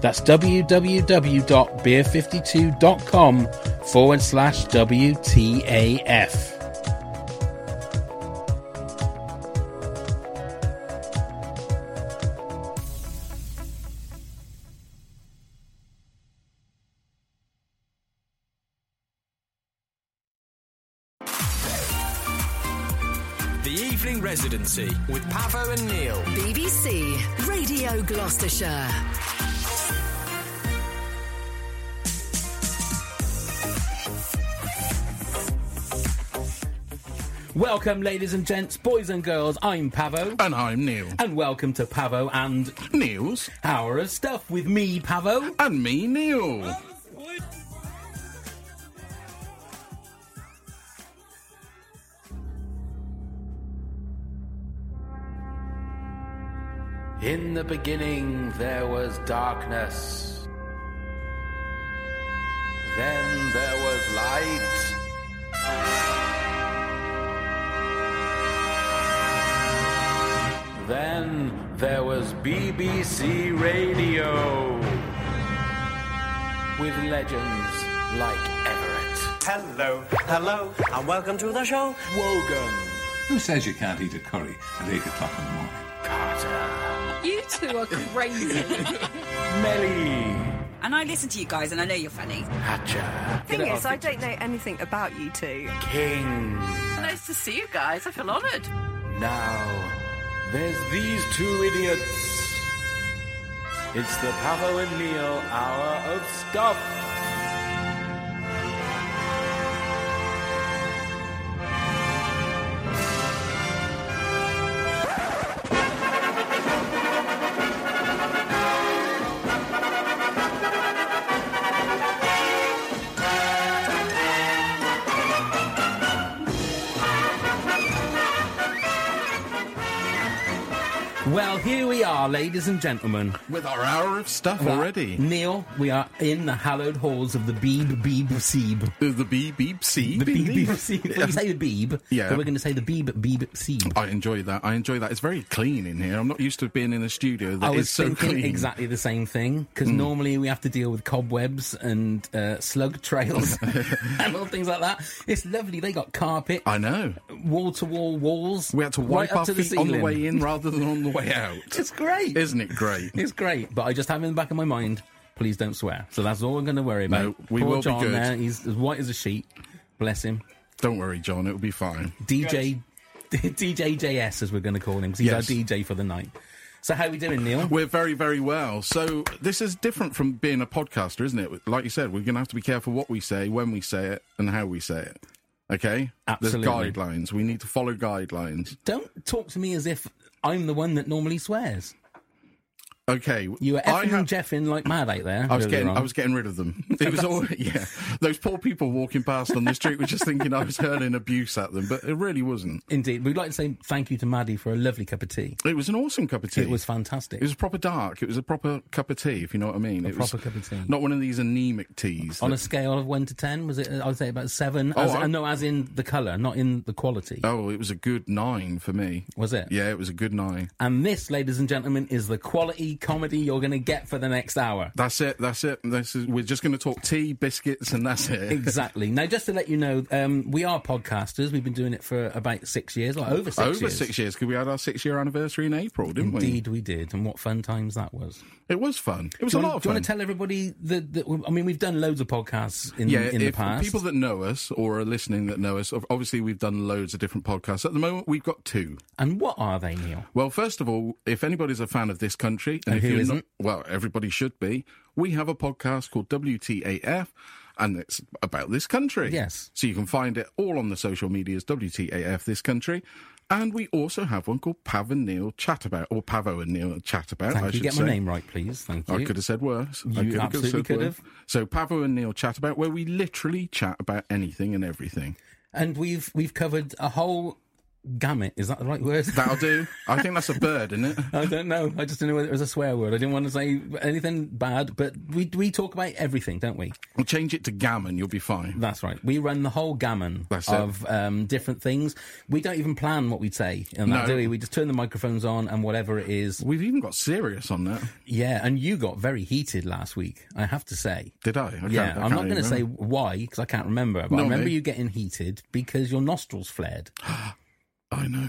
That's www.beer52.com forward slash WTAF. Residency with Pavo and Neil. BBC Radio Gloucestershire. Welcome, ladies and gents, boys and girls. I'm Pavo. And I'm Neil. And welcome to Pavo and Neil's Hour of Stuff with me, Pavo. And me, Neil. In the beginning there was darkness. Then there was light. Then there was BBC Radio. With legends like Everett. Hello, hello, and welcome to the show. Wogan. Who says you can't eat a curry at 8 o'clock in the morning? Carter. You two are crazy. Melly. And I listen to you guys and I know you're funny. Hatcher. Thing Oh, is, I don't know anything about you two. King. Nice to see you guys. I feel honoured. Now, there's these two idiots. It's the Pavo and Neil Hour of Stuff. Well, here we are, ladies and gentlemen. With our hour of stuff Well, already. Neil, we are in the hallowed halls of the Beeb Beeb Seeb. The, the beep beep see. The Beeb Beeb Seeb. We're going to say the Beeb, Yeah. but we're going to say the Beeb Beeb Seeb. I enjoy that. I enjoy that. It's very clean in here. I'm not used to being in a studio I that was is so Oh, thinking clean. Mm. exactly the same thing because normally we have to deal with cobwebs and uh, slug trails and all things like that. It's lovely. They got carpet, I know. wall to wall walls. Uh, We had to right wipe up our to feet on the ceiling. way in rather than on the way out. It's great. Isn't it great? It's great, but I just have in the back of my mind, please don't swear. So that's all I'm going to worry about. No, we Poor will be John good. there, he's as white as a sheet. Bless him. Don't worry, John. It'll be fine. DJ, DJ JS, as we're going to call him, because he's Yes. our DJ for the night. So how we doing, Neil? We're very, very well. So this is different from being a podcaster, isn't it? Like you said, we're going to have to be careful what we say, when we say it, and how we say it. Okay? Absolutely. There's guidelines. We need to follow guidelines. Don't talk to me as if I'm the one that normally swears. Okay. You were I effing have- and jeffing like mad out there. I was earlier getting, on. I was getting rid of them. It was all, yeah. Those poor people walking past on the street were just thinking I was hurling abuse at them, but it really wasn't. Indeed, we'd like to say thank you to Maddie for a lovely cup of tea. It was an awesome cup of tea. It was fantastic. It was proper dark. It was a proper cup of tea, if you know what I mean. A it was proper cup of tea. Not one of these anemic teas. on that- a scale of one to ten, was it? I would say about seven. Oh, as, I- no, as in the colour, not in the quality. oh, it was a good nine for me. Was it? Yeah, it was a good nine. And this, ladies and gentlemen, is the quality shitty comedy you're going to get for the next hour. That's it. That's it. This is, we're just going to talk tea, biscuits, and that's it. Exactly. Now, just to let you know, um, we are podcasters. We've been doing it for about six years, like over six Over years. six years because we had our six-year anniversary in April, didn't Indeed, we did. And what fun times that was. we? It was fun. It was do a you lot wanna- of do you fun. want to tell everybody that, that I mean, we've done loads of podcasts in, yeah, in the if past. people that know us or are listening that know us, ob- obviously we've done loads of different podcasts. At the moment, we've got two. and what are they, Neil? Well, first of all, if anybody's a fan of this country, And if who you're isn't? Not, well, everybody should be. We have a podcast called WTAF, and it's about this country. Yes. So you can find it all on the social medias, WTAF this country. And we also have one called Pav and Neil Chat About, or Pavo and Neil Chat About, Thank I you. should Get say. my name right, please. Thank you. I could have said worse. I You could have absolutely said could worse. have. So Pavo and Neil chat about where we literally chat about anything and everything. and we've we've covered a whole gamut. Is that the right word? That'll do. I think that's a bird, isn't it? I don't know. I just didn't know whether it was a swear word. I didn't want to say anything bad, but we we talk about everything, don't we? We'll change it to gammon. You'll be fine. That's right. We run the whole gammon That's it. of um, different things. We don't even plan what we say, and that, No. do we? We just turn the microphones on and whatever it is. We've even got serious on that. Yeah, and you got very heated last week. I have to say. Did I? I can't- I Yeah, I'm can't not going to even say remember. why because I can't remember. But I No, remember mate. you getting heated because your nostrils flared. I know.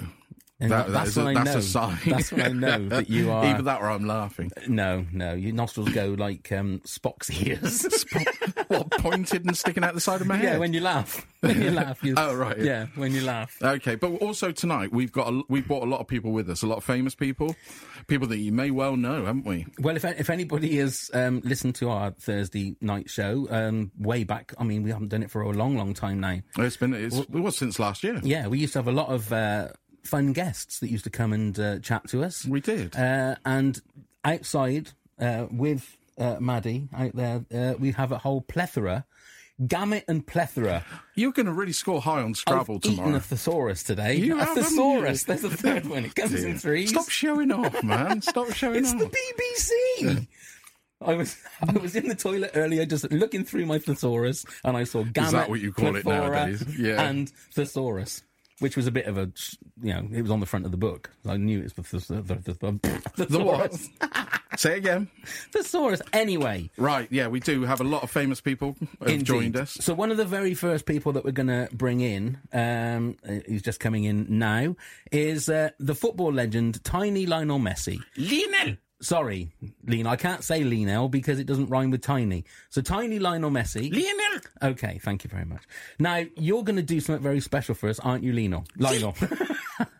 And that- That- that that's is a, when I that's know. a sign. That's when I know that you are- Either that or I'm laughing. No, no, your nostrils go like um, Spock's ears. what pointed and sticking out the side of my head? yeah, when you laugh, when you laugh. You, Oh, right. Yeah, when you laugh. Okay, but also tonight we've got a, we've brought a lot of people with us, a lot of famous people, people that you may well know, haven't we? Well, if if anybody has um, listened to our Thursday night show um, way back, I mean, we haven't done it for a long, long time now. It's been it's, it was since last year. Yeah, we used to have a lot of uh, fun guests that used to come and uh, chat to us. We did. Uh, and outside uh, with uh, Maddie out there, uh, we have a whole plethora, gamut and plethora. You're going to really score high on Scrabble I've eaten tomorrow. a thesaurus today. You a have, haven't thesaurus. you? There's a third one. It comes in threes. Stop showing off, man. Stop showing it's off. the BBC. I was I was in the toilet earlier, just looking through my thesaurus, and I saw gamut, what you call it plethora, nowadays? Yeah. and thesaurus, which was a bit of a sh- you know it was on the front of the book. I knew it was the, thes- the, the, the, The what? thesaurus. Say again. thesaurus. Anyway, Right, yeah, we do have a lot of famous people have Indeed. joined us. So one of the very first people that we're going to bring in, um, uh, who's just coming in now, is uh, the football legend Tiny Lionel Messi. Lionel! Sorry, Lean. I can't say Lionel because it doesn't rhyme with tiny. So Tiny Lionel Messi. Lionel! okay, thank you very much. Now you're going to do something very special for us, aren't you, Lionel? Lionel.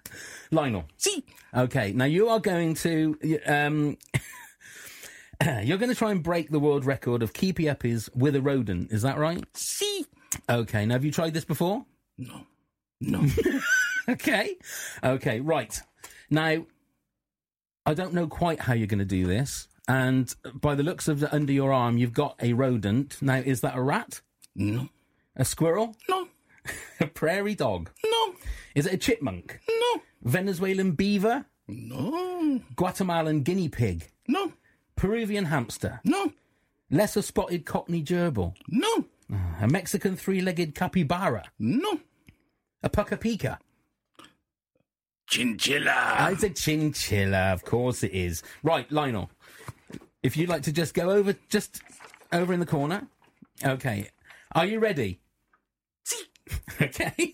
Lionel. See? Okay, now you are going to um, you're going to try and break the world record of keepy uppies with a rodent. Is that right? See? Okay. Now have you tried this before? No. Okay. Okay. Right. Now, I don't know quite how you're going to do this, and by the looks of the under your arm, you've got a rodent. Now, is that a rat? No. A squirrel? No. A prairie dog? No. Is it a chipmunk? No. Venezuelan beaver? No. Guatemalan guinea pig? No. Peruvian hamster? No. Lesser spotted cockney gerbil? No. A Mexican three-legged capybara? No. A pucka pika? Chinchilla. Ah, It's a chinchilla, of course it is. Right, Lionel, if you'd like to just go over, just over in the corner. Okay, are you ready? okay.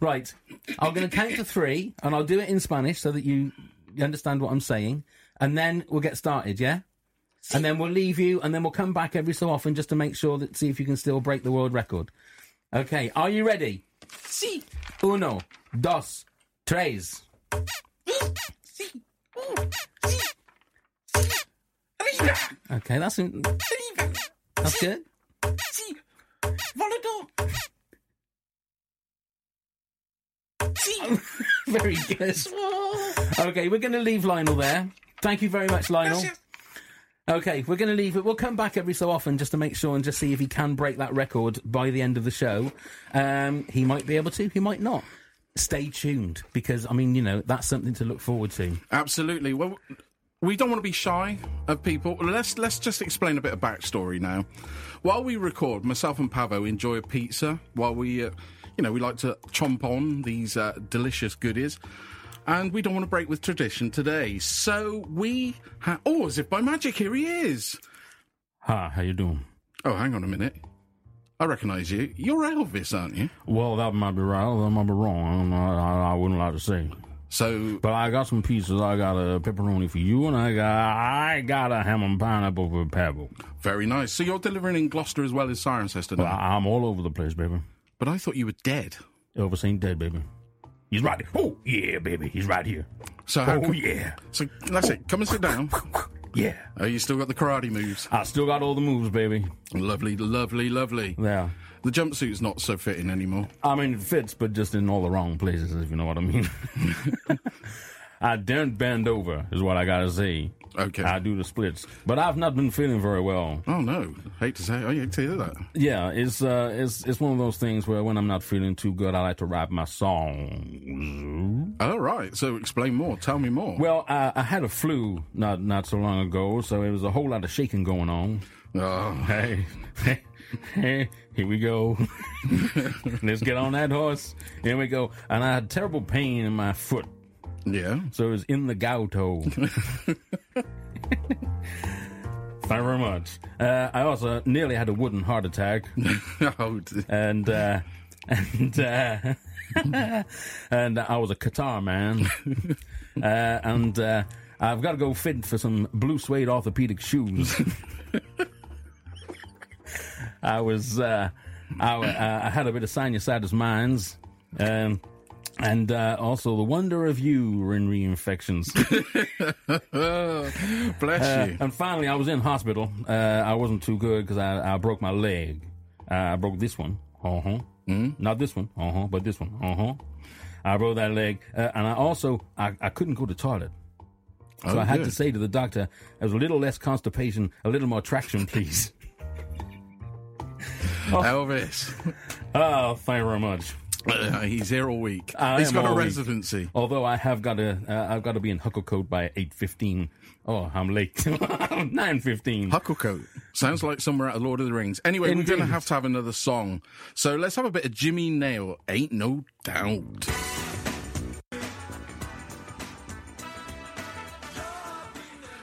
Right, I'm going to count to three, and I'll do it in Spanish so that you understand what I'm saying, and then we'll get started. Yeah. And then we'll leave you, and then we'll come back every so often just to make sure that see if you can still break the world record. Okay, are you ready? See? Uno, dos, tres. Okay, that's that's good. Very good. Okay, we're going to leave Lionel there. Thank you very much, Lionel. Okay, we're going to leave it. We'll come back every so often just to make sure and just see if he can break that record by the end of the show. Um, he might be able to. He might not. Stay tuned because I mean, you know, that's something to look forward to. Absolutely. Well, we don't want to be shy of people. Let's let's just explain a bit of backstory now. While we record, myself and Pavo enjoy a pizza. While we, uh, you know, we like to chomp on these uh, delicious goodies. And we don't want to break with tradition today. So we ha Oh, as if by magic, here he is. Ha, how you doing? Oh, hang on a minute. I recognise you. You're Elvis, aren't you? Well, that might be right. That might be wrong. I, I, I wouldn't like to say. So, But I got some pizzas. I got a pepperoni for you, and I got I got a ham and pineapple for Pablo. very nice. So you're delivering in Gloucester as well as Cirencester now. I, I'm all over the place, baby. But I thought you were dead. Elvis ain't dead, baby. He's right. Here. Oh yeah, baby. He's right here. So how oh come- yeah, So that's it. Come and sit down. yeah. Oh, you still got the karate moves. I still got all the moves, baby. Lovely, lovely, lovely. Yeah. The jumpsuit's not so fitting anymore. I mean, it fits, but just in all the wrong places, if you know what I mean. I don't bend over, is what I gotta say. Okay. I do the splits, but I've not been feeling very well. Oh no, hate to say, I hate to hear that. Yeah, it's uh, it's it's one of those things where when I'm not feeling too good, I like to rap my songs. All right, so explain more. Tell me more. Well, I, I had a flu not not so long ago, so it was a whole lot of shaking going on. Oh, Hey, hey, hey, here we go. Let's get on that horse. Here we go. And I had terrible pain in my foot. yeah. So it was in the gouto. Thank you very much. Uh, I also nearly had a wooden heart attack, oh, d- and uh, and uh, and I was a guitar man, uh, and uh, I've got to go fit for some blue suede orthopedic shoes. I was uh, I, uh, I had a bit of sinusitis mines, um, and uh, also the wonder of urine reinfections. bless you. Uh, And finally, I was in hospital. Uh, I wasn't too good because I, I broke my leg. Uh, I broke this one. Uh huh. Hmm? Mm. Not this one. Uh huh. But this one. Uh huh. I broke that leg, uh, and I also I, I couldn't go to toilet. So Oh, I had to good. say to the doctor, "There's a little less constipation, a little more traction, please." Elvis. oh, thank you very much. Uh, he's here all week. I he's am got a all week. residency. Although I have got to, uh, I've got to be in Hucklecoat by eight fifteen. Oh, I'm late. Nine fifteen. Hucklecoat. Sounds like somewhere out of Lord of the Rings. Anyway, Indeed. we're going to have to have another song. So let's have a bit of Jimmy Nail. Ain't no doubt.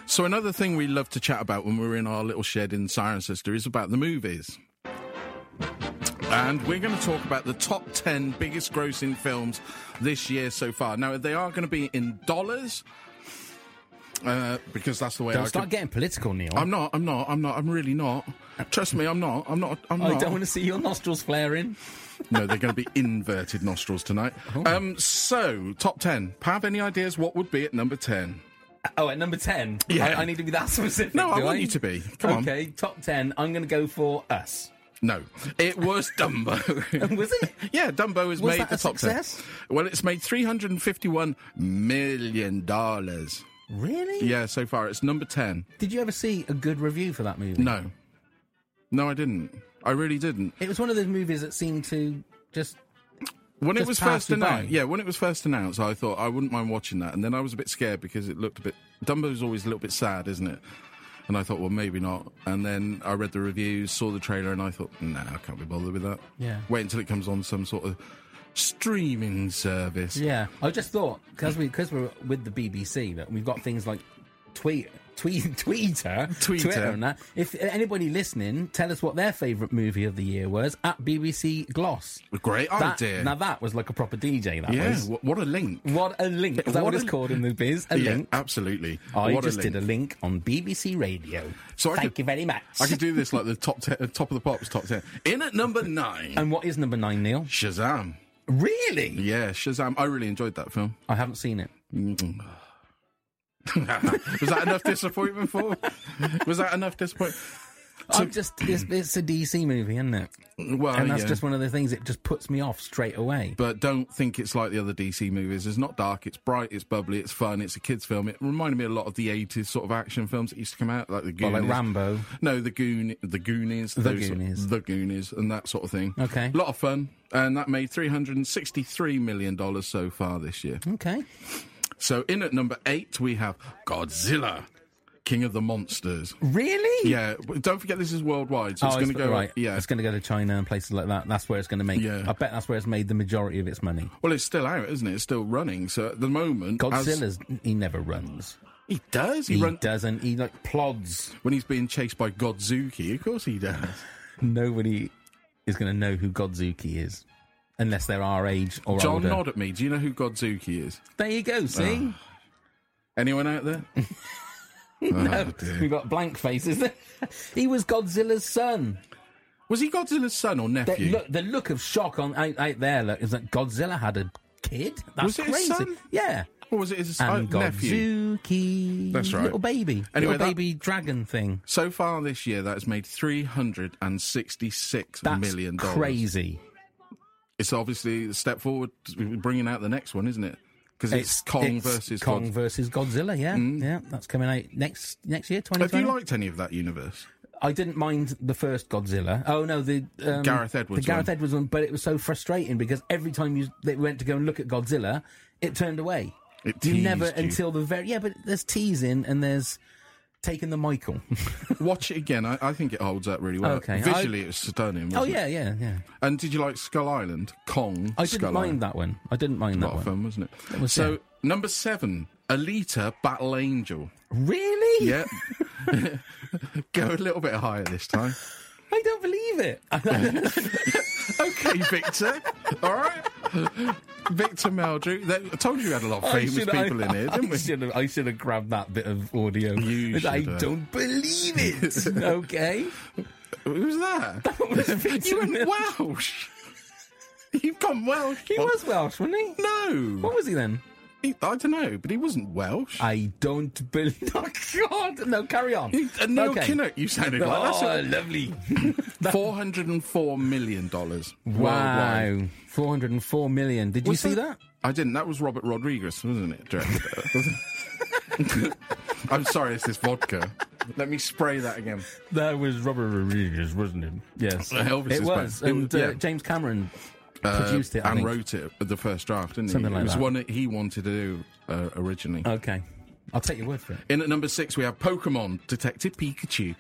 So another thing we love to chat about when we're in our little shed in Cirencester is about the movies. And we're going to talk about the top 10 biggest grossing films this year so far. Now, they are going to be in dollars, uh, because that's the way I Don't start can- getting political, Neil. I'm not. I'm not. I'm not. I'm really not. Trust me, I'm not. I'm not. I'm I not. don't want to see your nostrils flaring. no, they're going to be inverted nostrils tonight. Oh. Um, so top ten. Pav, any ideas what would be at number ten? Oh, at number 10? Yeah. I, I need to be that specific. No, I do want you to be. Come on. Okay, top 10. I'm going to go for us. No, it was Dumbo. Was it? yeah, Dumbo Was has made that the a top success? ten. Well, it's made three hundred and fifty-one million dollars. Really? Yeah, so far it's number ten. Did you ever see a good review for that movie? No, no, I didn't. I really didn't. It was one of those movies that seemed to just. When it Just was pass first you by. announced, yeah, when it was first announced, I thought I wouldn't mind watching that, and then I was a bit scared because it looked a bit. Dumbo's always a little bit sad, isn't it? And I thought, well, maybe not. And then I read the reviews, saw the trailer, and I thought, nah, I can't be bothered with that. Yeah. Wait until it comes on some sort of streaming service. Yeah. I just thought, because we, cause we're with the BBC, that we've got things like tweet. Tweet, Twitter, Tweeter. and that. If anybody listening, tell us what their favourite movie of the year was at BBC Gloss. Great That- idea. Now that was like a proper DJ. That yeah. was. What, what a link. What a link! Is that what, What a it's li- called in the biz? A yeah, link. absolutely. I what just a link. did a link on BBC Radio. So I Thank could- you very much. I could do this like the top ten, top of the pops, top ten. In at number nine, and what is number nine, Neil? Shazam. Really? Yeah, Shazam. I really enjoyed that film. I haven't seen it. was that enough disappointment for? Was that enough disappointment? I'm just it's, it's a DC movie, isn't it? Well, And that's Oh, yeah. just one of the things that just puts me off straight away. But don't think it's like the other DC movies. It's not dark. It's bright. It's bubbly. It's fun. It's a kids' film. It reminded me a lot of the '80s sort of action films that used to come out, like the Well, Goonies. like Rambo. No, the Goon, the Goonies, the Goonies. the Goonies, and that sort of thing. Okay. a lot of fun, and that made three hundred and sixty-three million dollars so Hmm. far this year. Okay. So in at number eight we have Godzilla. King of the Monsters. Really? Yeah, but don't forget this is worldwide, Oh, so it's going to go. right. Yeah, It's going to go to China and places like that. That's where it's going to make. Yeah. I bet that's where it's made the majority of its money. well, it's still out, isn't it? It's still running. So at the moment, as- Godzilla's he never runs. he does. He, He runs doesn't. He like plods. when he's being chased by Godzuki. Of course, he does. Nobody is going to know who Godzuki is unless they're our age or John, older. nod at me. Do you know who Godzuki is? There you go. See, Anyone out there? oh, dear. we've got blank faces. he was Godzilla's son. Was he Godzilla's son or The nephew? look, the look of shock on out, out there look, is that Godzilla had a kid. That's Was it crazy. his son? Yeah. or was it his uh, And nephew? Godzuki, That's right. little baby, Anyway, little that- baby dragon thing. So far this year, that has made three hundred and sixty-six That's million dollars. crazy. It's obviously a step forward, bringing out the next one, isn't it? Because it's, Kong it's versus Kong Kong. versus Godzilla. Yeah, yeah, that's coming out next next year, twenty Have twenty. you liked any of that universe? I didn't mind the first Godzilla. Oh no, the um, Gareth Edwards the Gareth one. Edwards one, but it was so frustrating because every time you they went to go and look at Godzilla, it turned away. It you teased never you. until the very yeah, but there's teasing and there's taking the Michael. Watch it again. I, I think it holds up really well. Okay, I- Visually, it was stunning. oh wasn't it? yeah, yeah, yeah. And did you like Skull Island? Kong. I Skull didn't mind Island. that one. I didn't mind A that lot one. of fun, wasn't it? was, so yeah. number seven, Alita: Battle Angel. Really? Yeah. Go a little bit higher this time. I don't believe it. Okay, Victor. All right. Victor Meldrew. They- I told you we had a lot of I famous should- people I, in here, I didn't we? should have- I should have grabbed that bit of audio. You But I should have. don't believe it. okay. Who's that? Victor you went Mel- Welsh. You've gone Welsh. He was Welsh, wasn't he? What No. was he then? He- I don't know, but he wasn't Welsh. I don't believe. Oh God! No, carry on. You- uh, Neil Okay. Kinnock, you sounded like that's Oh, a- lovely. Four hundred and four million dollars. Wow, four hundred and four million. Did you see that? I didn't. That was Robert Rodriguez, wasn't it? director? I'm sorry, it's this vodka. Let me spray that again. That was Robert Rodriguez, wasn't it? Yes, Uh, Elvis it is was. back. It And was- yeah. Uh, uh, James Cameron produced it. I and think. wrote it the first draft, didn't Something he? like it was that. one that he wanted to do uh, originally. Okay, I'll take your word for it. In at number six, we have Pokemon Detective Pikachu,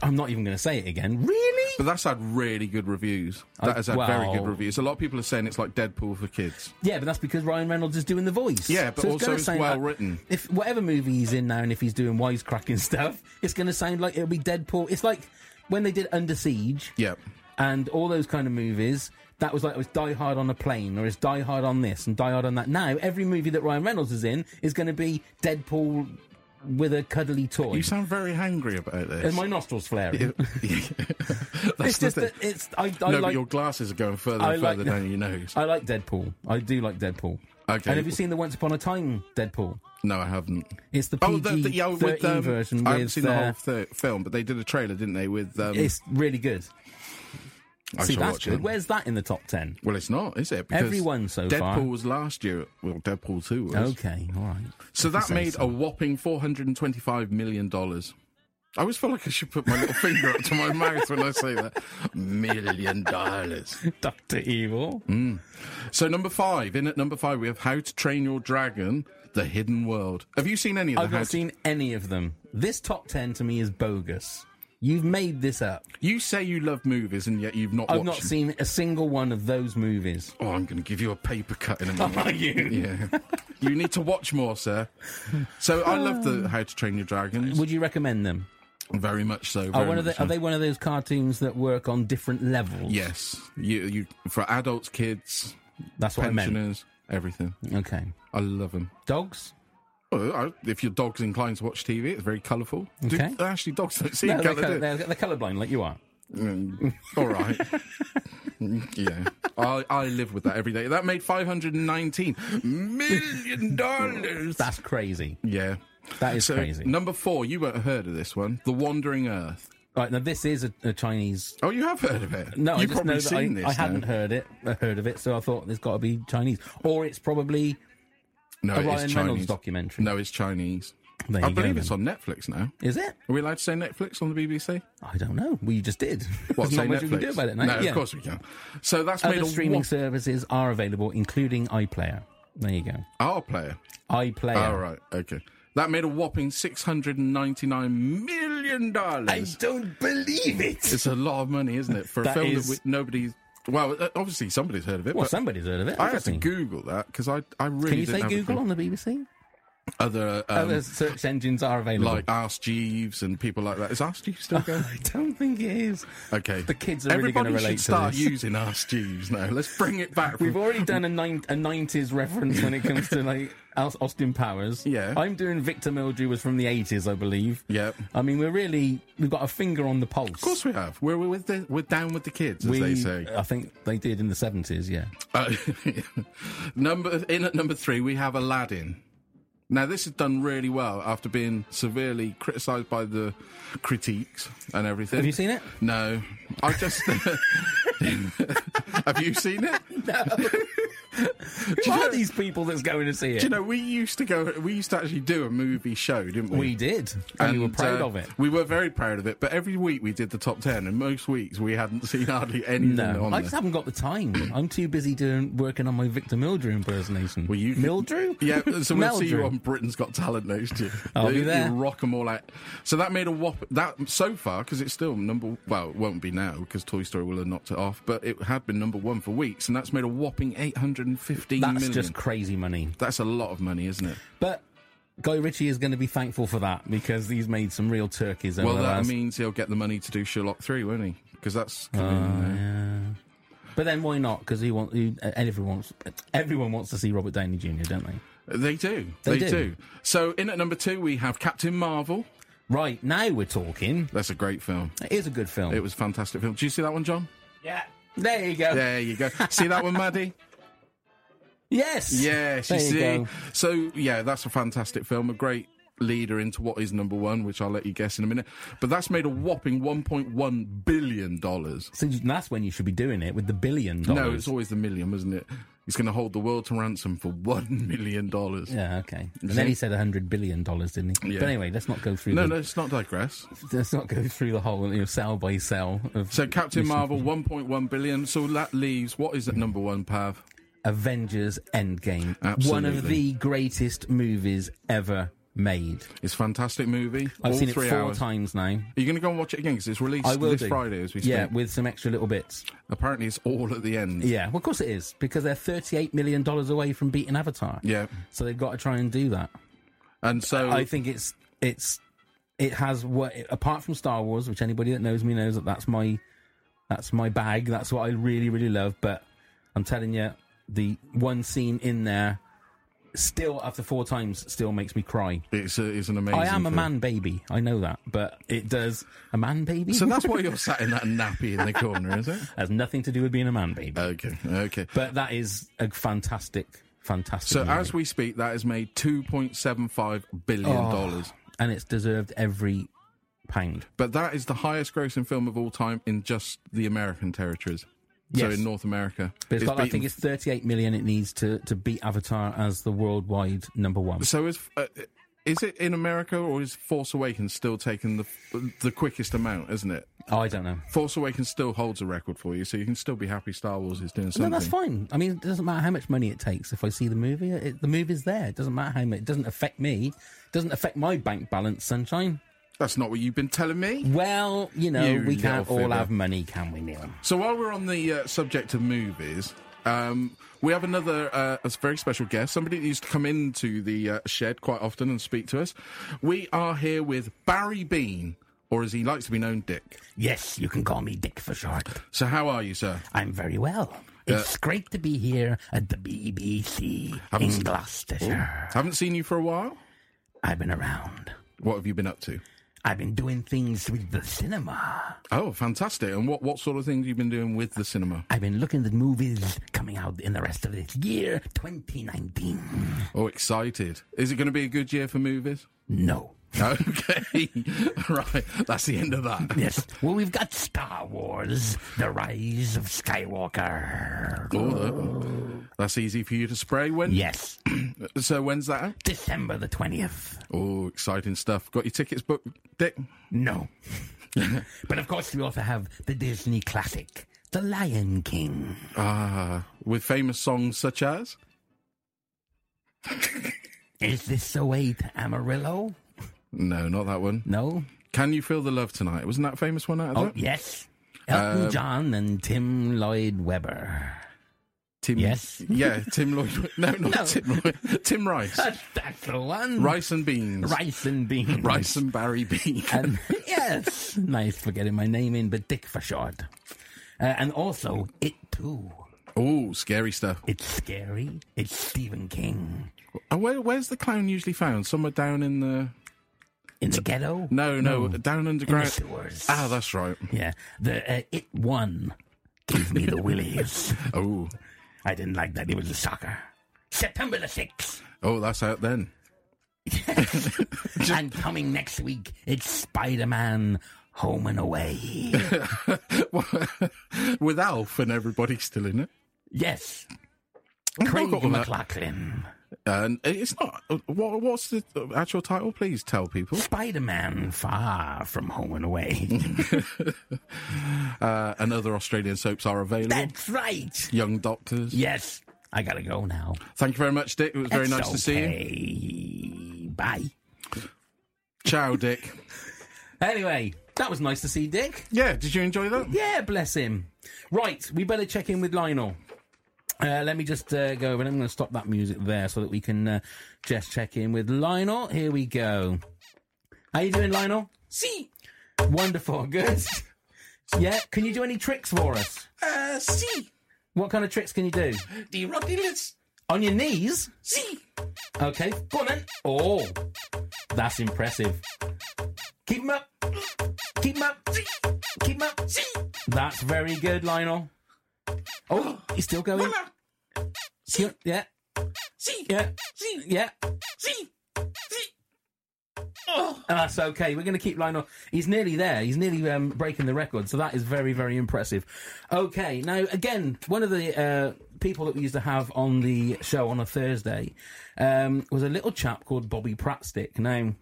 I'm not even going to say it again. Really? but that's had really good reviews. That I- has had very good wow. reviews. A lot of people are saying it's like Deadpool for kids. Yeah, but that's because Ryan Reynolds is doing the voice. Yeah, but so also gonna it's sound well like- written. If whatever movie he's in now, and if he's doing wisecracking stuff, it's going to sound like it'll be Deadpool. It's like when they did Under Siege. Yeah. and all those kind of movies. That was like it was Die Hard on a plane, or it's Die Hard on this and Die Hard on that. Now every movie that Ryan Reynolds is in is going to be Deadpool with a cuddly toy. You sound very hangry about this. and my nostrils flaring. That's it's the just thing. that it's I, I no, but like your glasses are going further I and further like- down your nose. I like Deadpool. I do like Deadpool. Okay. And have you seen the Once Upon a Time Deadpool? No, I haven't. It's the oh, the, the, yeah, PG-13 with, um, version. I haven't with, seen the uh, whole th- film, but they did a trailer, didn't they? With um, It's really good. I See, shall that's watch good. it. Where's that in the top ten? Well, it's not, is it? Because Everyone so Deadpool far. was last year. Well, Deadpool two was. Okay, all right. So If you that say made so. a whopping four hundred and twenty-five million dollars. I always feel like I should put my little finger up to my mouth when I say that. Million dollars. Doctor Evil. So number five, in at number five, we have How to Train Your Dragon: The Hidden World. Have you seen any of the? I've How not to- seen any of them. This top ten to me is bogus. You've made this up. You say you love movies, and yet you've not. I've watched not them. seen a single one of those movies. Oh, I'm going to give you a paper cut in a minute. Are you? Yeah. you need to watch more, sir. So I love the How to Train Your Dragons. Would you recommend them? Very much Are so. Very one of much the, are so. they one of those cartoons that work on different levels? Yes. You, you for adults, kids, that's what I meant. pensioners, everything. Okay, I love them. dogs. Oh, I, if your dog's inclined to watch TV, it's very colourful. Do- Okay. actually, dogs don't see No, they're, colour. colour, do they? they're, they're colorblind, like you are. Mm, all right. Mm, yeah. I, I live with that every day. That made $519 million. dollars. That's crazy. Yeah. That is So, crazy. number four, you won't have heard of this one The Wandering Earth. Right now, this is a, a Chinese. Oh, you have heard of it? No, I You've just probably know that I, seen this. I hadn't now. heard it, uh, heard of it, so I thought there's got to be Chinese, or it's probably No, a it Ryan is Reynolds Uh, Chinese. documentary. No, it's Chinese. There I you go, believe then. it's on Netflix now. Is it? Are we allowed to say Netflix on the BBC? I don't know. We just did. What, There's say not much Netflix? we can do about it. No, mate. Yeah. of course we can. So that's made Other a streaming one- services are available, including iPlayer. There you go. Our player. iPlayer. All right, okay. That made a whopping $699 million. don't believe it. It's a lot of money, isn't it? For a That film is- that we, nobody. Well, uh, obviously somebody's heard of it. Well, but somebody's heard of it. I had to obviously. Google that because I, I Um, really Can you didn't say have a Google clue. on the BBC? other um, Other search engines are available. like um, Ask Jeeves and people like that. Is Ask Jeeves still going? I don't think it is. Okay, Oh, The kids are really Everybody going to relate should to start this. using Ask Jeeves now. Let's bring it back. We've from- already done a, nine, a 90s reference when it comes to like Aus- Austin Powers. Yeah. I'm doing Victor Mildrew was from the 80s, I believe. Yep. I mean, we're really, we've got a finger on the pulse. Of course we have. We're, we're with the, we're down with the kids, as we, they say. I think they did in the 70s, yeah. Uh, number in at number three, we have Aladdin. Now this has done really well after being severely criticised by the critiques and everything. Have you seen it? No, I just. have you seen it? Who are these people that's going to see it? Do you know we used to go? We used to actually do a movie show, didn't we? we did. And, we were proud uh, of it. We were very proud of it. But every week we did the top ten, and most weeks we hadn't seen hardly anything No, on I there. just haven't got the time. I'm too busy doing working on my Victor Mildrew impersonation. Well, you can- Mildrew? Yeah, so we'll see you Meldrew. on Britain's Got Talent next year. I'll be you, there. You rock 'em all out. So that made a whop. That so far because it's still number. Well, it won't be now because Toy Story will have knocked it off. But it had been number one for weeks, and that's made a whopping eight hundred and fifteen million. That's just crazy money. That's a lot of money, isn't it? But Guy Ritchie is going to be thankful for that because he's made some real turkeys. Over well, the that last- means he'll get the money to do Sherlock Three, won't he? Because that's Uh, coming in now. But then why not? Because he wants everyone wants everyone wants to see Robert Downey Jr. Don't they? they do. They They, do. do. So in at number two we have Captain Marvel. Right now we're talking. That's a great film. It is a good film. It was a fantastic film. Do you see that one, John? there you go. There you go. see that one, Maddie? Yes. Yes, There you you see. go. So yeah, that's a fantastic film, a great leader into what is number one, which I'll let you guess in a minute. But that's made a whopping one point one billion dollars. So you- that's when you should be doing it with the billion dollars. No, it's always the million, isn't it? He's going to hold the world to ransom for one million dollars. yeah, okay. And see? then he said hundred billion dollars, didn't he? Yeah. But anyway, let's not go through. No, the, no, it's not digress. Let's not go through the whole you know, cell by cell. Of So Captain Mission- Marvel, one point one billion. So that leaves what is at number one, Pav? Avengers Endgame, one of Absolutely. the greatest movies ever made. It's a fantastic movie. I've all seen it three four hours. times now. Are you going to go and watch it again? Because it's released I will this do. Friday as we speak. yeah, with some extra little bits. Apparently, it's all at the end. Yeah, well, of course it is because they're thirty-eight million dollars away from beating Avatar. Yeah. so they've got to try and do that. And so I think it's it's it has what apart from Star Wars, which anybody that knows me knows that that's my that's my bag. That's what I really really love. But I'm telling you, the one scene in there still after four times still makes me cry. It's, a, it's an amazing. I am a film. man baby. I know that, but it does a man baby. So that's why you're sat in that nappy in the corner, is it? has nothing to do with being a man baby. Okay, okay. but that is a fantastic, fantastic. So movie. as we speak, that has made two point seven five billion Oh. dollars. and it's deserved every pound. But that is the highest grossing film of all time in just the American territories. So Yes. in North America, But it's got, I beaten- think it's 38 million it needs to, to beat Avatar as the worldwide number one. So is uh, is it in America or is Force Awakens still taking the the quickest amount? Isn't it? Oh, I don't know. Force Awakens still holds a record for you, so you can still be happy Star Wars is doing No, something. that's fine. I mean, it doesn't matter how much money it takes. If I see the movie, it, the movie's there. It doesn't matter how much. It doesn't affect me. It doesn't affect my bank balance, sunshine. That's not what you've been telling me. Well, you know, You we can't little all fibber. have money, can we, Neil? So while we're on the uh, subject of movies, um, we have another uh, a very special guest, somebody that used to come into the uh, shed quite often and speak to us. We are here with Barry Bean, or as he likes to be known, Dick. Yes, you can call me Dick for short. So how are you, sir? I'm very well. Uh, It's great to be here at the BBC Haven't in seen- Gloucestershire. Haven't seen you for a while. I've been around. What have you been up to? I've been doing things with the cinema. Oh, fantastic! And what what sort of things have you been doing with the cinema? I've been looking at the movies coming out in the rest of this year, 2019. Oh, excited! Is it going to be a good year for movies? No. Okay, right. That's the end of that. Yes. Well, we've got Star Wars, The Rise of Skywalker. Oh, that- that's easy for you to spray. When? Yes. So when's that? out? December the 20th. Oh, exciting stuff. Got your tickets booked, Dick? No. but of course, we also have the Disney classic, The Lion King. Ah, with famous songs such as. Is this the way to Amarillo? No, not that one. No. Can you feel the love tonight? Wasn't that a famous one out of Oh that? yes, Elton John and Tim Lloyd Webber. Tim, yes. Yeah, Tim Lloyd. No, not Tim Lloyd. Tim Rice. That's, that's the one. Rice and beans. rice and beans. Rice and Barry Beacon. Um, yes, nice for getting my name in, but Dick for short. Uh, and also, it too. oh, scary stuff. It's scary. It's Stephen King Uh, Where, where's the clown usually found? Somewhere down in the. in the ghetto. No, no, down in the underground. sewers. Ah, that's right. yeah. The uh, it one gave me the willies. Oh, I didn't like that. It was a soccer. September the sixth. oh, that's out then. and coming next week, it's Spider Man Home and Away. With Alf and everybody still in it. yes. I've Craig got all that. McLaughlin. And it's not. Uh, What, what's the actual title? Please tell people. Spider Man Far From Home and Away. Uh, and other Australian soaps are available. That's right. Young Doctors. Yes. I gotta go now. Thank you very much, Dick. It was very nice to see you. see you. Bye. Ciao, Dick. Anyway, that was nice to see Dick. Yeah, did you enjoy that? Yeah, bless him. Right, we better check in with Lionel. Uh, let me just uh, go over and I'm going to stop that music there so that we can uh, just check in with Lionel. Here we go. How you doing, Lionel? See. Wonderful. Good. yeah. Can you do any tricks for us? Uh, see, What kind of tricks can you do? the rocky lips. On your knees? See, Okay. Go on then. Oh, that's impressive. Keep 'em up. Keep 'em up. Keep 'em up. see, That's very good, Lionel. Oh, he's still going. voila. Yeah, yeah, See, yeah, see, yeah. see, see. That's Ah, okay. We're going to keep Lionel. He's nearly there. He's nearly um, breaking the record. So that is very, very impressive. Okay. Now, again, one of the uh, people that we used to have on the show on a Thursday um, was a little chap called Bobby Pratstick. Now,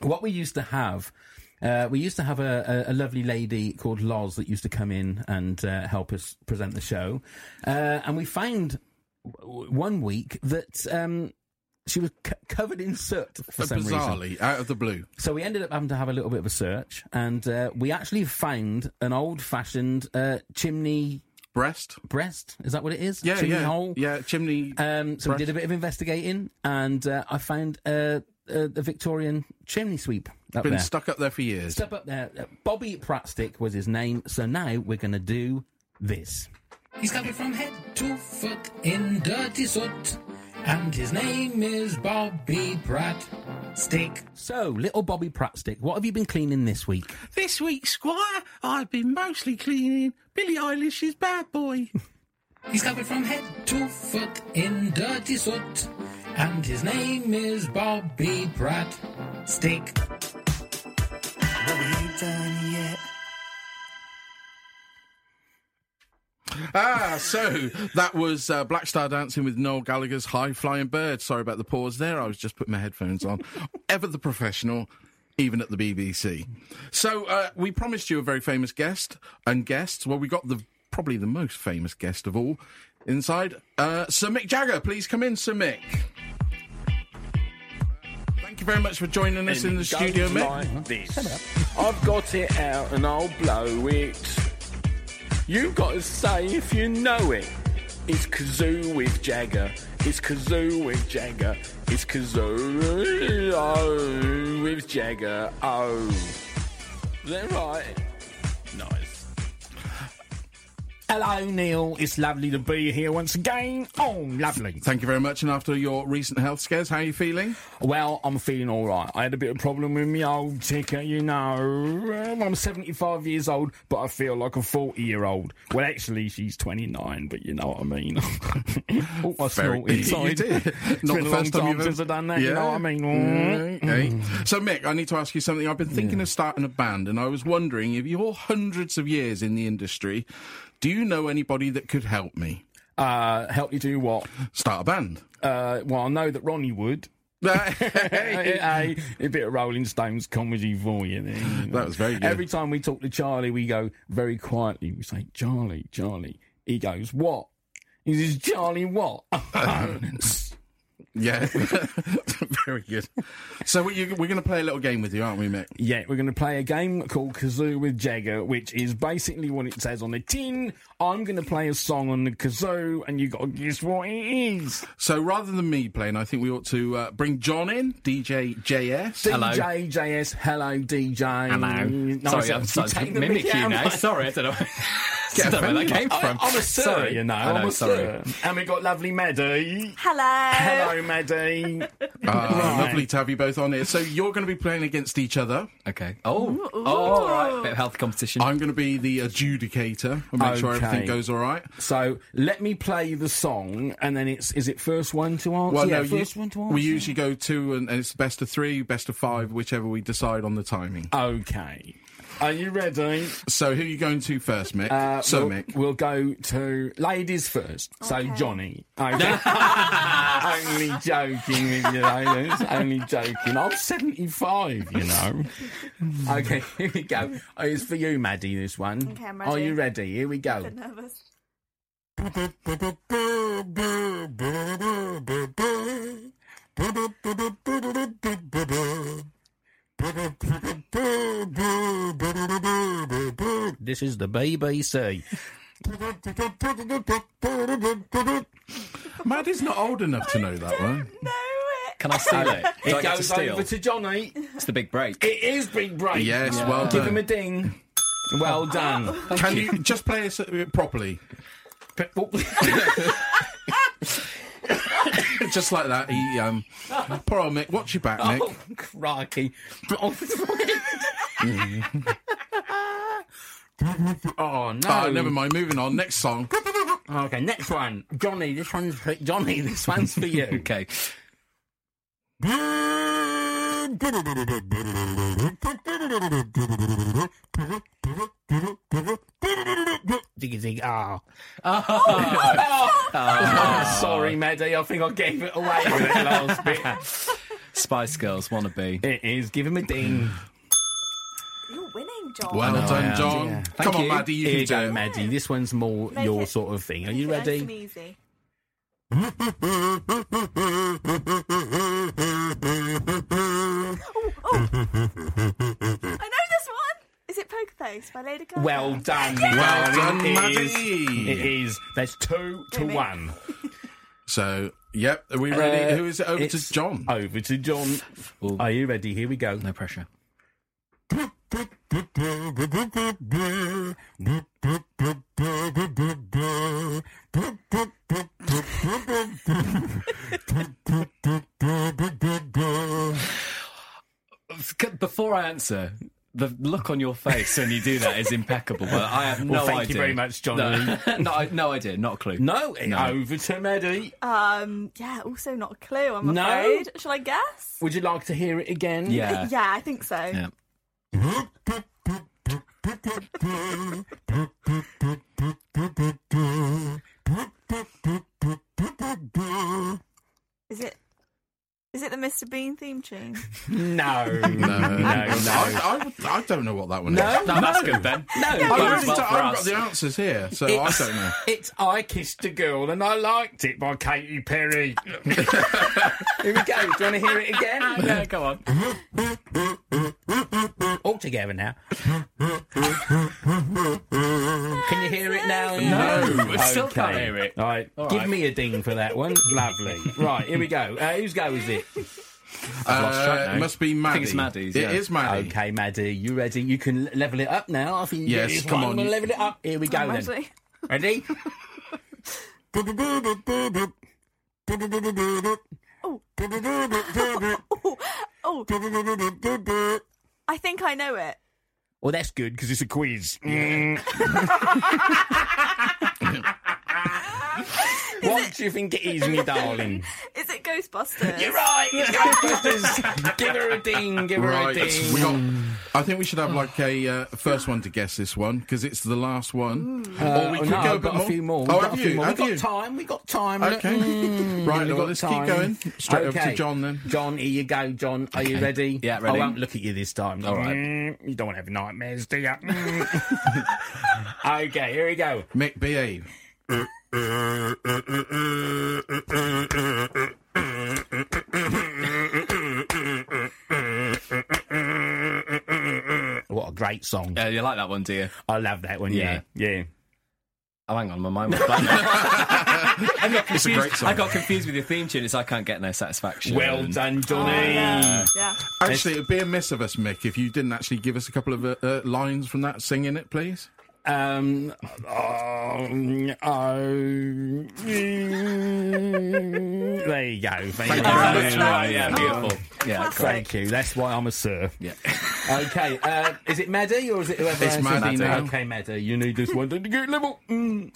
what we used to have. Uh, we used to have a, a, a lovely lady called Loz that used to come in and uh, help us present the show. Uh, and we found w- one week that um, she was c- covered in soot for some reason. Uh, Bizarrely, out of the blue. So we ended up having to have a little bit of a search, and uh, we actually found an old-fashioned uh, chimney Breast? Uh, breast. Is that what it is? Yeah, chimney yeah. hole. Yeah, chimney. Um, so Breast. we did a bit of investigating, and uh, I found uh, uh, a Victorian chimney sweep up been there. stuck up there for years. Step up there. Uh, Bobby Pratstick was his name. So now we're going to do this. He's covered from head to foot in dirty soot, and his name is Bobby Pratt Stick. So, little Bobby Pratstick, what have you been cleaning this week? This week, Squire, I've been mostly cleaning Billie Eilish's bad boy. He's covered from head to foot in dirty soot, and his name is Bobby Pratt Stick. But we ain't done yet. Ah, so that was uh, Black Star Dancing with Noel Gallagher's High Flying Bird. Sorry about the pause there. I was just putting my headphones on. Ever the professional, even at the BBC. So uh, we promised you a very famous guest and guests. Well, we got the probably the most famous guest of all inside. Uh, Sir Mick Jagger, please come in, Sir Mick. Thank you very much for joining us in the studio, Mick. Like this. I've got it out and I'll blow it. You've got to say if you know it. It's kazoo with Jagger. It's kazoo with Jagger. It's kazoo oh, with Jagger. Oh. They're right. Nice. Hello, Neil. It's lovely to be here once again. Oh, lovely. Thank you very much. And after your recent health scares, how are you feeling? Well, I'm feeling all right. I had a bit of problem with my old ticker, you know. Um, I'm 75 years old, but I feel like a 40 year old. Well, actually, she's 29, but you know what I mean. oh, I Very- snort inside. You did. Not It's been the a long first time time you've since ever- I've done that. You Yeah. Mm, know what I mean? Okay. Mm-hmm. So, Mick, I need to ask you something. I've been thinking of starting a band, and I was wondering if you're hundreds of years in the industry, do you know anybody that could help me Uh, help you do what? start a band? Uh, well, I know that Ronnie would. Hey, a bit of Rolling Stones comedy for you there. you know. That was very good. Every time we talk to Charlie, we go very quietly. We say, Charlie, Charlie. He goes, what? He says, Charlie, what? Yeah, very good. So we, you, we're going to play a little game with you, aren't we, Mick? Yeah, we're going to play a game called Kazoo with Jagger, which is basically what it says on the tin. I'm going to play a song on the kazoo, and you got to guess what it is. So rather than me playing, I think we ought to uh, bring John in, DJ JS. Hello. DJ JS, hello DJ. Hello. No, sorry, so- I'm you starting take to the mimic mickey you out now. of my- Sorry, I don't know. I don't know where that came I- from. I'm a sir, sorry. you know. I I'm know, a sorry. sir. And we've got lovely Maddie. Hello. Hello, Maddie. Uh, Right. Lovely to have you both on here. So you're going to be playing against each other. Okay. Oh, oh, all right. Bit of health competition. I'm going to be the adjudicator and make sure everything Okay. goes all right. So let me play the song, and then it's is it first one to answer? Well, yeah, no, you- first one to answer. we usually go two, and, and it's best of three, best of five, whichever we decide on the timing. Okay. Are you ready? So who are you going to first, Mick? Uh, so we'll, Mick. we'll go to ladies first. So Johnny. Okay. only joking with you, ladies. Only joking. I'm 75, you know. okay, here we go. Oh, it's for you, Maddie. This one. Okay, I'm Are ready. you ready? Here we go. bit nervous. This is the BBC. Maddie's not old enough to know that one. Can I steal it? Do I It get to goes steal? over to Johnny. It's the big break. eh? It is big break. Yes, well Give done. him a ding. Well done. Can you just play us uh, properly? just like that. He, um, poor old Mick. Watch your back, Mick. Oh, crikey. Oh, oh, no. Oh, never mind. Moving on. Next song. Okay, next one. Johnny, this one's for Johnny, this one's for you. Okay. Diggy dig ah. Oh, Sorry, Maddie, I think I gave it away with that last bit. Spice Girls wannabe. It is, give him a ding. You're winning, John. Well Oh, know, I done, am. John. Yeah. Come Thank on, you. Maddie. You Here you can go, do it. Maddie. This one's more Make your it- sort of thing. Are you Nice and ready? easy. Oh, I know this one. Is it Poker Face by Lady Gaga? Well done, Well darling. done, It is- It Maddie. is. There's two to Wait a one. So, yep. Are we ready? Uh, Who is it? Over to it's Oh, John. Over to John. Ooh. Are you ready? Here we go. No pressure. C- Before I answer, the look on your face when you do that is impeccable. But I have no Well, thank you idea. very much, John. No, no, I- no idea. Not a clue. No, No. over to Maddie. Um, yeah, also not a clue, I'm No? afraid. Shall I guess? Would you like to hear it again? Yeah. yeah, I think so. Uh, Yeah. Is it is it the Mr. Bean theme tune? No. no, no, no. I, I, I don't know what that one is. No, that's good then. I Bodes really well don't, for I've got us. the answers here, so It's- I don't know. It's I Kissed a Girl and I Liked It by Katy Perry. Here we go. Do you want to hear it again? Yeah, go on. All together now. Can you hear it now? No, I still can't hear it. All right, All give right. me a ding for that one. Lovely. Right, here we go. Uh, whose go is it? lost track Uh, now. it must be Maddie. I think it's Maddie's, yeah. It is Maddie. Okay, Maddie, you ready? You can l- level it up now. I think you Yes, get this come one. on. We'll level it up. Here we Oh, go then. Actually, Ready? Oh, I think I know it. Well, that's good because it's a quiz. Mm. what do you think it is, me darling? Is it Ghostbusters? You're right. It's Ghostbusters. give her a ding. Give her Right, a ding. we got, I think we should have like a uh, first one to guess this one because it's the last one. or we Oh, could no, go I've got a few more. Oh, have We've got a few you? more. Have We've you? got time. We've got time. Okay. right, We've well, got let's time. keep going. Straight over Okay. to John then. John, here you go. John, are you Okay. ready? Yeah, ready. I won't look at you this time. All right. Mm, You don't want to have nightmares, do you? Mm. okay, here we go. Mick, behave. What a great song. Yeah, you like that one, do you? I love that one, yeah. Yeah. yeah. Oh, hang on, my mind went blank. I got confused. I got confused with your theme tune. It's I can't get no satisfaction. Well done, Johnny. Yeah. Actually, it'd be a miss of us, Mick, if you didn't actually give us a couple of uh, uh, lines from that singing it, please. Um, um, oh, Mm. there you go. Thank you. That's right, yeah, beautiful. oh, Yeah, great. Thank you. That's why I'm a sir. Yeah. okay. Uh, is it Maddie or is it whoever? It's answered? Maddie now. Okay, Maddie, you need this one. Don't you get level. Mm.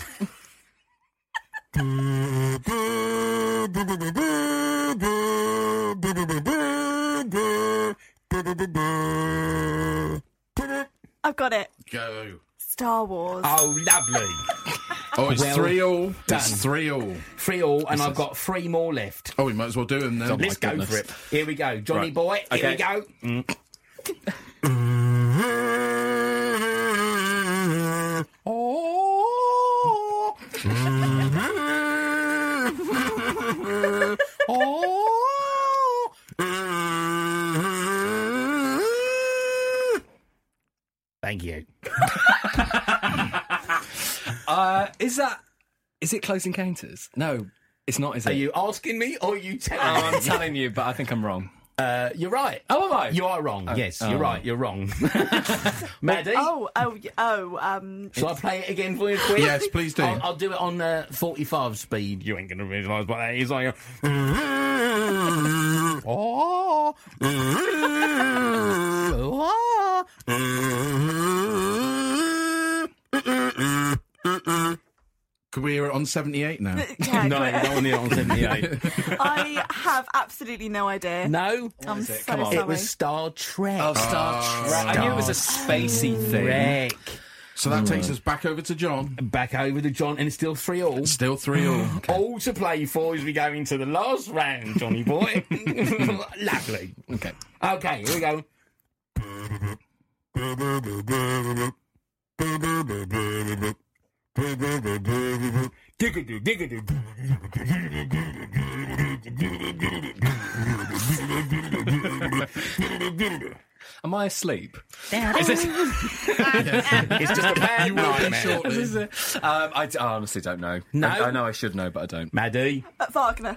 I've got it. Go. Star Wars. Oh, lovely. Oh, it's Well three all. done. It's three all. Three all, and I've got three more left. Oh, we might as well do them then. Let's go for it. Here we go, Johnny Right. boy. Here Okay. we go. Thank you. Uh, is that? Is it Close Encounters? No, it's not. Is it? Are you asking me or are you Oh, telling me? I'm telling you, but I think I'm wrong. Uh, you're right. Oh, am I? You are wrong. yes, oh. you're right. You're wrong. Maddie, Oh, oh, y- oh, um. shall I play it again for you quick? Yes, please do. I'll, I'll do it on uh, 45 speed. You ain't going to realise what that is, are you? oh. oh. Could we hear it on 78 now? Yeah, No, great. you don't want the on 78. I have absolutely no idea. no, I'm is it? so Come on. sorry. it was Star Trek. Oh, Star Trek. I knew it was a spacey Oh, thing. Trek. So that takes us back over to John. Back over to John, and it's still 3 all. Still three all. All to play for as we go into the last round, Johnny boy. Lovely. Okay. Okay, here we go. Diggity, diggity. Am I asleep? It's just a bad nightmare. Shortly. Is it? Um, I, d- I honestly don't know. No? I, I know I should know, but I don't. Maddie. At Wagner.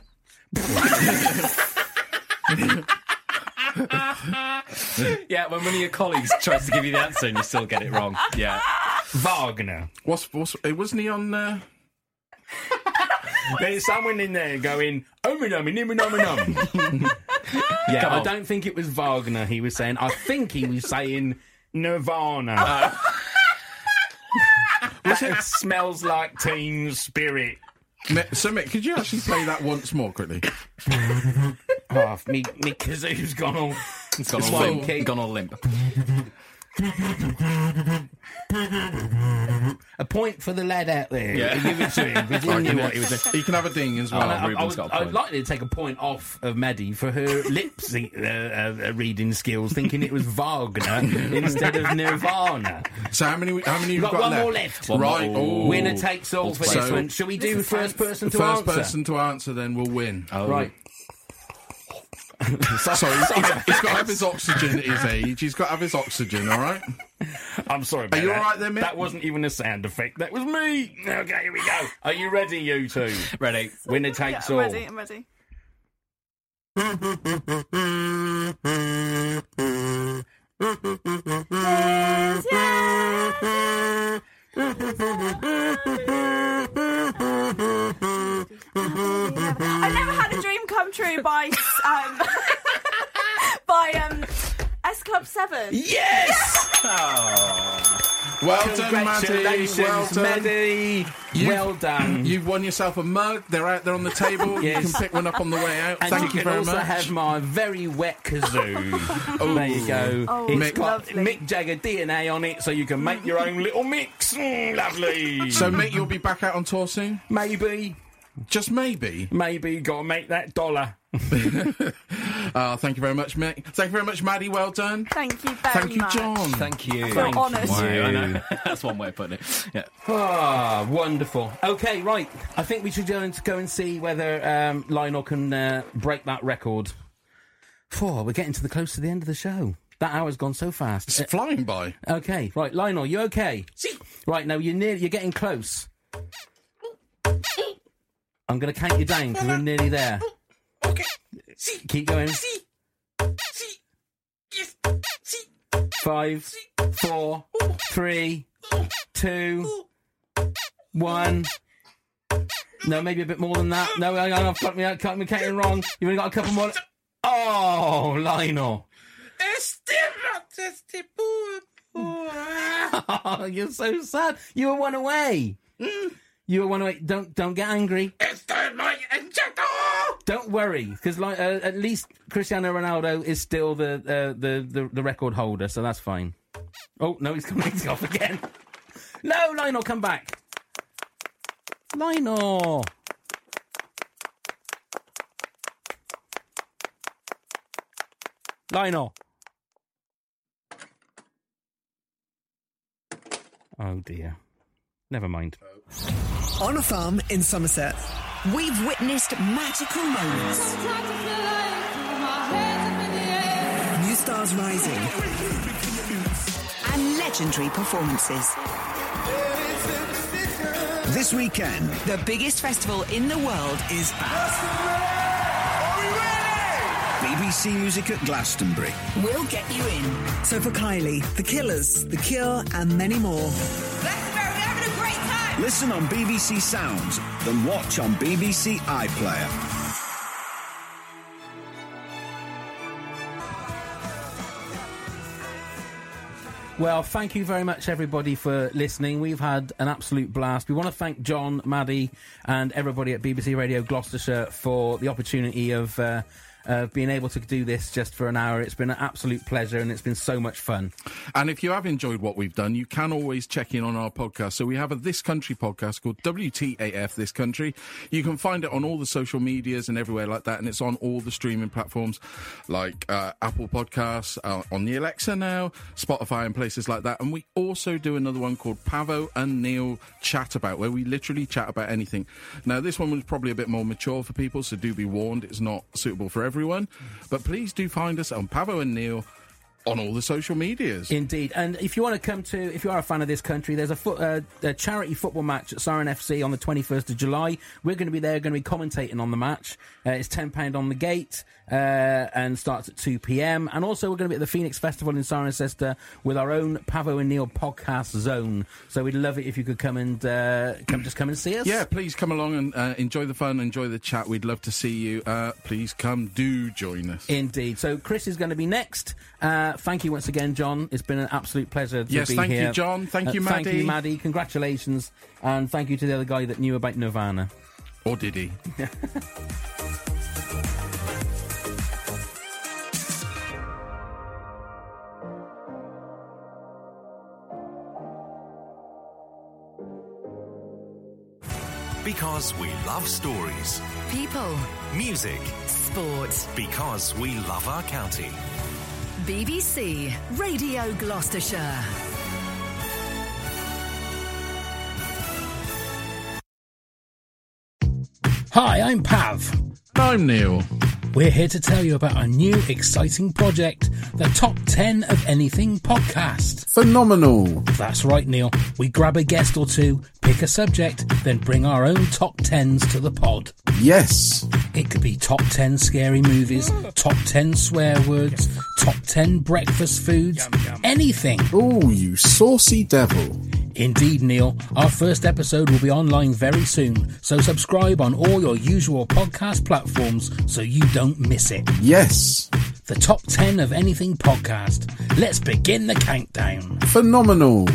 Yeah, when one of your colleagues tries to give you the answer and you still get it wrong. Yeah. Wagner. What's, what's, eh, wasn't he on. Uh, There's someone in there going, um and um and um and um and um. Yeah, Come I on. don't think it was Wagner he was saying. I think he was saying Nirvana. that smells like teen spirit. Mick- so, Mick, could you actually play that once more quickly? Oh, me, me kazoo's gone off. It's gone It's all fine. limp. Gone all limp. A point for the lad out there. Yeah. Yeah. Give it to him. 'cause He knew what he was doing. He can have a ding as well. Oh, I- I, Ruben's would, got a I would point. like to take a point off of Maddie for her lip syn- uh, uh, reading skills, thinking it was Wagner instead of Nirvana. So how many? How many? You've got got, one left? more left. One more. right. Ooh. Oh. Winner takes all for this So- one. Shall we do first person to First answer? person to answer then will win. Oh. Right. Sorry, he's- he's got to have his oxygen at his age. He's got to have his oxygen. All right. I'm sorry about Are you that. all right there, Mick? That wasn't even a sound effect. That was me. Okay, here we go. Are you ready, you two? Ready. Winner Yeah, takes I'm all. ready. I'm ready. I never had a dream come true by um, by um, S Club Seven. Yes! Well done, Maddie. Congratulations, Well done. Maddie. You- Well done. You've won yourself a mug. They're out there on the table. You Mm-hmm. Yes. can pick one up on the way out. And Thank you, can you, very also much. have my very wet kazoo. Ooh. there you go. Oh, It's Mick- got lovely. Mick Jagger DNA on it, so you can make your own little mix. Mm, lovely. So, Mick, you'll be back out on tour soon. maybe Just maybe. Mm. Maybe you got to make that dollar. uh, thank you very much, Mick. Thank you very much, Maddie. Well done. Thank you very Thank you, much. John. Thank you. I feel Thank honoured. you. I know. That's one way of putting it. Yeah. Ah, wonderful. Okay, right. I think we should go and, go and see whether um, Lionel can uh, break that record. Four. We're getting to the close to the end of the show. That hour's gone so fast. It's flying by. Okay, right, Lionel, you okay? Right, now you're near. You're getting close. I'm going to count you down because we're nearly there. Okay. Keep going. Five, four, three, two, one. No, maybe a bit more than that. No, hang on, I've got me, I've got me counting wrong. You've only got a couple more. Oh, Lionel. Oh, you're so sad. You were one away. Hmm? You were one away. Don't don't get angry. Don't worry, because like, uh, at least Cristiano Ronaldo is still the, uh, the the the record holder, so that's fine. Oh no, he's coming off again. No, Lionel, come back. Lionel. Lionel. Oh dear. Never mind. On a farm in Somerset, we've witnessed magical moments. New stars rising and legendary performances. This weekend, the biggest festival in the world is BBC Music at Glastonbury. We'll get you in. So for Kylie, The Killers, The Cure, and many more. Listen on BBC Sounds, then watch on BBC iPlayer. Well, thank you very much, everybody, for listening. We've had an absolute blast. We want to thank John, Maddie, and everybody at BBC Radio Gloucestershire for the opportunity of uh, uh, being able to do this just for an hour. It's been an absolute pleasure, and it's been so much fun. And if you have enjoyed what we've done, you can always check in on our podcast. So we have a This Country podcast called WTAF This Country. You can find it on all the social medias and everywhere like that. And it's on all the streaming platforms like uh, Apple Podcasts, uh, on the Alexa now, Spotify, and places like that. And we also do another one called Pavo and Neil Chat About, where we literally chat about anything. Now, this one was probably a bit more mature for people, so do be warned, it's not suitable for everyone. But please do find us on Pavo and Neil on all the social medias. Indeed, and if you want to come to, if you are a fan of this country, there's a, fo- uh, a charity football match at Siren FC on the 21st of July. We're going to be there, going to be commentating on the match. Uh, it's ten pound on the gate uh, and starts at 2 p.m. And also, we're going to be at the Phoenix Festival in Cirencester with our own Pavo and Neil podcast zone. So we'd love it if you could come and uh, come, just come and see us. Yeah, please come along and uh, enjoy the fun, enjoy the chat. We'd love to see you. Uh, please come, do join us. Indeed. So Chris is going to be next. Uh, thank you once again, John. It's been an absolute pleasure to Yes, be thank you, here. Uh, John. Thank you, Thank you, Maddie. Maddie. Congratulations, and thank you to the other guy that knew about Nirvana. Or did he? Because we love stories. People, Music. sport, Because we love our county. BBC Radio Gloucestershire. Hi, I'm Pav. I'm Neil. We're here to tell you about our new exciting project, the Top 10 of Anything podcast. Phenomenal. That's right, Neil. We grab a guest or two, pick a subject, then bring our own top 10s to the pod. Yes. It could be top 10 scary movies, top 10 swear words, top 10 breakfast foods, anything. Oh, you saucy devil. Indeed, Neil. Our first episode will be online very soon, so subscribe on all your usual podcast platforms so you don't miss it. Yes. The Top 10 of Anything podcast. Let's begin the countdown. Phenomenal.